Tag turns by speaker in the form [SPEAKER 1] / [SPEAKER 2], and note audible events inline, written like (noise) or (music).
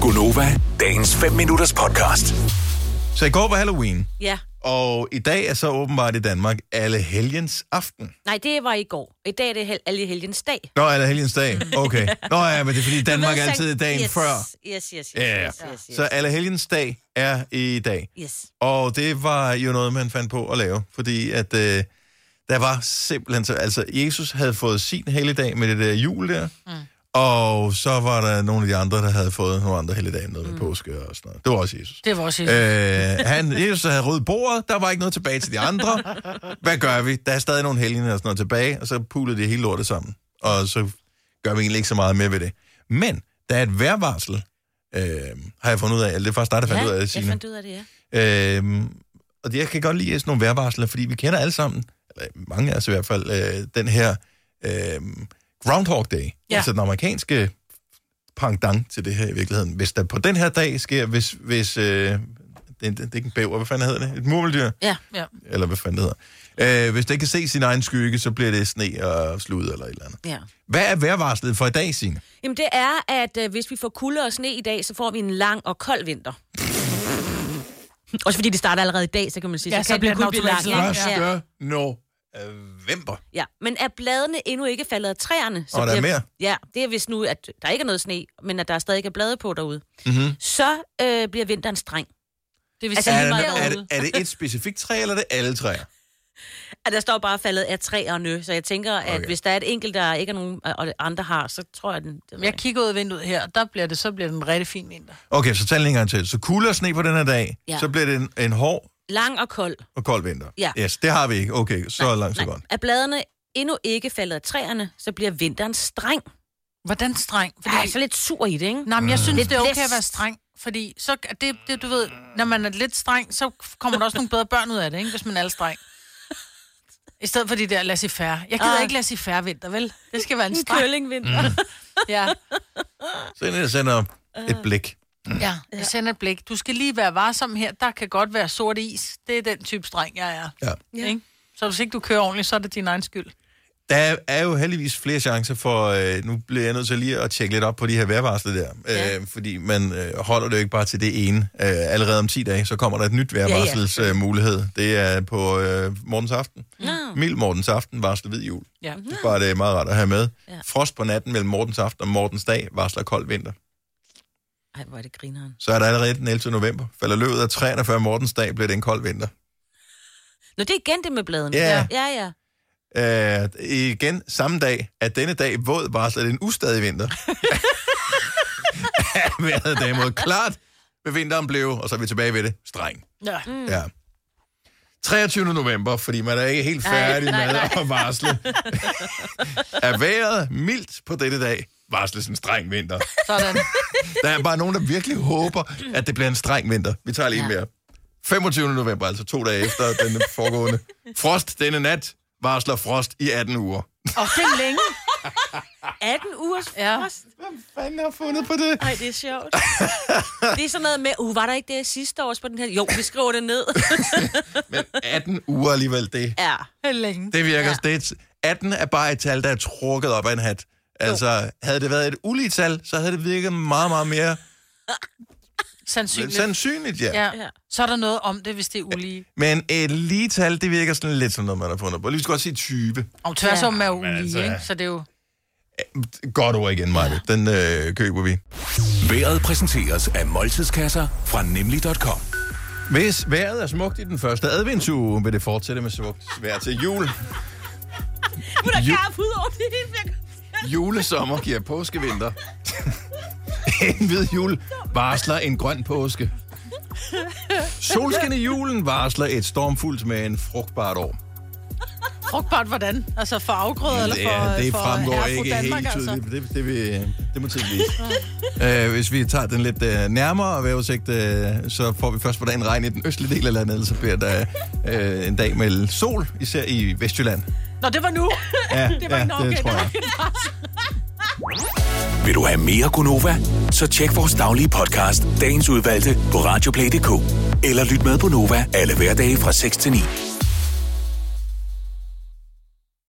[SPEAKER 1] Gunova, dagens 5 minutters podcast.
[SPEAKER 2] Så i går var Halloween,
[SPEAKER 3] Ja.
[SPEAKER 2] og i dag er så åbenbart i Danmark alle helgens aften.
[SPEAKER 3] Nej, det var i går. I dag er det hel- alle helgens dag.
[SPEAKER 2] Nå, alle helgens dag. Okay. Nå ja, men det er fordi Danmark
[SPEAKER 3] Ved
[SPEAKER 2] er
[SPEAKER 3] Sankt-
[SPEAKER 2] altid dagen
[SPEAKER 3] yes,
[SPEAKER 2] før.
[SPEAKER 3] Yes, yes, yes.
[SPEAKER 2] Ja, ja.
[SPEAKER 3] yes, yes, yes.
[SPEAKER 2] Så alle helgens dag er i dag.
[SPEAKER 3] yes.
[SPEAKER 2] Og det var jo noget, man fandt på at lave, fordi at øh, der var simpelthen... Så, altså, Jesus havde fået sin helligdag med det der jul der, mm. og så var der nogle af de andre, der havde fået nogle andre helligdage, noget med mm. påske og sådan noget. Det var også Jesus.
[SPEAKER 4] Det var også helt...
[SPEAKER 2] Øh, han, Jesus havde ryddet bordet, der var ikke noget tilbage til de andre. Hvad gør vi? Der er stadig nogle helgener og sådan noget tilbage, og så puler de hele lortet sammen. Og så gør vi egentlig ikke så meget mere ved det. Men der er et vejrvarsel, øh, har jeg fundet ud af. Eller det er faktisk dig, der fandt
[SPEAKER 3] ja,
[SPEAKER 2] ud af det,
[SPEAKER 3] jeg
[SPEAKER 2] Signe.
[SPEAKER 3] fandt ud af det, ja.
[SPEAKER 2] Øh, og det- jeg kan godt lide sådan nogle vejrvarsler, fordi vi kender alle sammen, eller mange af os i hvert fald, øh, den her øh, Groundhog Day. Ja.
[SPEAKER 4] Ja.
[SPEAKER 2] Altså den amerikanske pangdang til det her i virkeligheden. Hvis der på den her dag sker, hvis... hvis øh, det, er- det, det er ikke en bæver, hvad fanden hedder det? Et murmeldyr?
[SPEAKER 3] Ja.
[SPEAKER 4] Ja.
[SPEAKER 2] Eller hvad fanden det hedder. Øh, hvis det ikke kan se sin egen skygge, så bliver det sne og slud eller et eller andet.
[SPEAKER 3] ja.
[SPEAKER 2] Hvad er vejrvarslet for i dag, Signe?
[SPEAKER 3] Jamen, det er, at øh, hvis vi får kulde og sne i dag, så får vi en lang og kold vinter. (laughs) Også fordi det starter allerede i dag, så kan man sige,
[SPEAKER 4] Ja,
[SPEAKER 3] så,
[SPEAKER 4] så
[SPEAKER 3] kan
[SPEAKER 4] bliver
[SPEAKER 3] det
[SPEAKER 4] den
[SPEAKER 3] kun blive lang.
[SPEAKER 4] automatisk lang,
[SPEAKER 3] ikke? Ja.
[SPEAKER 2] november.
[SPEAKER 3] ja. Men er bladene endnu ikke faldet af træerne? Så
[SPEAKER 2] Og der er
[SPEAKER 3] bliver-
[SPEAKER 2] mere.
[SPEAKER 3] Ja, det er hvis nu, at der ikke er noget sne, men at der stadig er blade på derude.
[SPEAKER 2] Mhm.
[SPEAKER 3] Mm-hmm. Så øh, bliver vinteren streng.
[SPEAKER 4] Det vil
[SPEAKER 3] Altså,
[SPEAKER 4] sige,
[SPEAKER 2] Er,
[SPEAKER 4] altså,
[SPEAKER 3] lige
[SPEAKER 2] det,
[SPEAKER 4] meget
[SPEAKER 3] meget
[SPEAKER 2] er, det,
[SPEAKER 4] derude.
[SPEAKER 2] er det et specifikt træ, eller er det alle træer?
[SPEAKER 3] at der står bare faldet af træerne, så jeg tænker, at
[SPEAKER 2] Okay.
[SPEAKER 3] hvis der er et enkelt, der ikke er nogen, øh, og andre har, så tror jeg, den...
[SPEAKER 4] Jeg kigger ud af vinduet her, og der bliver det, så bliver det en rigtig fin vinter.
[SPEAKER 2] Okay, så tag den en gang til. Så kulde og sne på den her dag, ja.
[SPEAKER 3] Ja.
[SPEAKER 2] så bliver det en, en hård
[SPEAKER 3] Lang og kold.
[SPEAKER 2] og kold vinter.
[SPEAKER 3] Ja.
[SPEAKER 2] Yes, det har vi ikke. Okay, så nej, langt så
[SPEAKER 3] Nej.
[SPEAKER 2] godt.
[SPEAKER 3] Er bladene endnu ikke faldet af træerne, så bliver vinteren streng.
[SPEAKER 4] Hvordan streng? Fordi,
[SPEAKER 3] Ej, så lidt sur i det, ikke?
[SPEAKER 4] nej, men
[SPEAKER 2] Mm.
[SPEAKER 4] jeg synes, det er okay at
[SPEAKER 3] blæst.
[SPEAKER 4] være streng. Fordi så, er det, det, du ved, når man er lidt streng, så kommer der også nogle bedre børn ud af det, ikke? hvis man er streng. I stedet for de der laissez færre. Jeg gider
[SPEAKER 3] Ah.
[SPEAKER 4] ikke laissez færre vinter, vel? Det skal være en
[SPEAKER 3] En
[SPEAKER 4] streng.
[SPEAKER 3] kølingvinter. Mm.
[SPEAKER 4] Ja,
[SPEAKER 2] Så jeg sender et
[SPEAKER 3] Øh.
[SPEAKER 2] blik.
[SPEAKER 4] ja. Jeg sender et blik. Du skal lige være varsom her. Der kan godt være sort is. Det er den type streng, jeg er.
[SPEAKER 2] Ja.
[SPEAKER 3] Ja.
[SPEAKER 4] Ikke? Så hvis ikke du kører ordentligt, så er det din egen skyld.
[SPEAKER 2] Der er jo heldigvis flere chancer for, øh, nu bliver jeg nødt til lige at tjekke lidt op på de her vejrvarsler der, ja.
[SPEAKER 3] Ja.
[SPEAKER 2] øh, fordi man øh, holder det jo ikke bare til det ene. Øh, allerede om 10 dage, så kommer der et nyt vejrvarselsmulighed. Ja, ja. øh, mulighed. det er på øh, morgens aften.
[SPEAKER 3] Nå.
[SPEAKER 2] Mild morgens aften varsler hvid jul.
[SPEAKER 4] Ja.
[SPEAKER 2] Det er bare det er meget rart at have med. Ja.
[SPEAKER 3] Ja.
[SPEAKER 2] Frost på natten mellem morgens aften og morgens dag varsler kold vinter.
[SPEAKER 3] Ej, hvor er det grineren.
[SPEAKER 2] Så er der allerede den 11. november. Falder løbet af træerne før Mortens dag, bliver det en kold vinter.
[SPEAKER 3] Nå, det er igen det med bladene.
[SPEAKER 2] Ja.
[SPEAKER 3] Ja, ja.
[SPEAKER 2] Øh, igen, samme dag, at denne dag våd varsler det en ustadig
[SPEAKER 3] (laughs)
[SPEAKER 2] vinter. Været derimod klart, vil vinteren blive, og så er vi tilbage ved det, streng.
[SPEAKER 4] Ja.
[SPEAKER 2] Mm. Ja. 23. november, fordi man er ikke helt
[SPEAKER 3] Nej,
[SPEAKER 2] færdig
[SPEAKER 3] nej,
[SPEAKER 2] med
[SPEAKER 3] nej.
[SPEAKER 2] at
[SPEAKER 3] (laughs)
[SPEAKER 2] varsle. er vejret mildt på dette dag, varsles en streng vinter.
[SPEAKER 4] Sådan.
[SPEAKER 2] Der er bare nogen, der virkelig håber, at det bliver en streng vinter. Vi tager lige ja.
[SPEAKER 3] Ja.
[SPEAKER 2] mere. 25. november, altså to dage efter den foregående. Frost denne nat varsler frost i 18 uger.
[SPEAKER 4] (laughs) Og det er længe.
[SPEAKER 3] 18 ugers
[SPEAKER 4] Ja.
[SPEAKER 3] frost.
[SPEAKER 2] Hvem fanden har fundet på det?
[SPEAKER 3] Ej, det er
[SPEAKER 2] (laughs)
[SPEAKER 3] sjovt. Det er sådan noget med, uh, var der ikke det sidste års på den her? Jo, vi skriver det
[SPEAKER 2] (laughs)
[SPEAKER 3] ned.
[SPEAKER 2] Men 18 uger alligevel, det,
[SPEAKER 3] Ja.
[SPEAKER 4] Det er længe.
[SPEAKER 2] det virker. Ja. Det, er- 18 er bare et tal, der er trukket op af en hat. Altså, havde det været et ulige tal, så havde det virket meget, meget mere
[SPEAKER 4] Sandsynligt.
[SPEAKER 2] sandsynligt, ja.
[SPEAKER 4] Ja.
[SPEAKER 3] Ja.
[SPEAKER 4] Så er der noget om det, hvis det er ulige.
[SPEAKER 2] Men et lige tal, det virker sådan lidt som noget, man har fundet på. Lige så godt sige 20.
[SPEAKER 4] Om tværs om er
[SPEAKER 2] Men
[SPEAKER 4] ulige,
[SPEAKER 2] altså-
[SPEAKER 4] altså... ikke? Så det er jo...
[SPEAKER 2] Godt ord igen, Maja. Den øh, køber vi.
[SPEAKER 1] Vejret præsenteres af måltidskasser fra nemlig.com.
[SPEAKER 2] Hvis vejret er smukt i den første adventsuge, vil det fortsætte med smukt vejr til jul.
[SPEAKER 3] Hun er
[SPEAKER 2] Jo.
[SPEAKER 3] garp ud over det hele.
[SPEAKER 2] Julesommer giver påskevinter. (laughs) en hvid jul varsler en grøn påske. Solskin i julen varsler et stormfuldt med en frugtbart år.
[SPEAKER 4] Frugtbart hvordan? Altså for afgrøder eller for øh,
[SPEAKER 2] ja, det
[SPEAKER 4] for
[SPEAKER 2] fremgår
[SPEAKER 4] herre og fru
[SPEAKER 2] ikke
[SPEAKER 4] Danmark,
[SPEAKER 2] helt tydeligt.
[SPEAKER 4] Altså.
[SPEAKER 2] Altså. Det, det, vil, det må tiden vise. øh, hvis vi tager den lidt øh, nærmere vejrudsigt, øh, så får vi først på dagen regn i den østlige del af landet, ellers så bliver der øh, en dag med sol, især i Vestjylland.
[SPEAKER 4] Nå, det var nu.
[SPEAKER 2] Ja,
[SPEAKER 4] Det var
[SPEAKER 2] ja,
[SPEAKER 4] nok
[SPEAKER 2] det
[SPEAKER 4] et-
[SPEAKER 2] tror jeg.
[SPEAKER 1] Vil du have mere Gunova? Så tjek vores daglige podcast, dagens udvalgte, på radioplay.dk. Eller lyt med på Nova alle hverdage fra 6 til 9.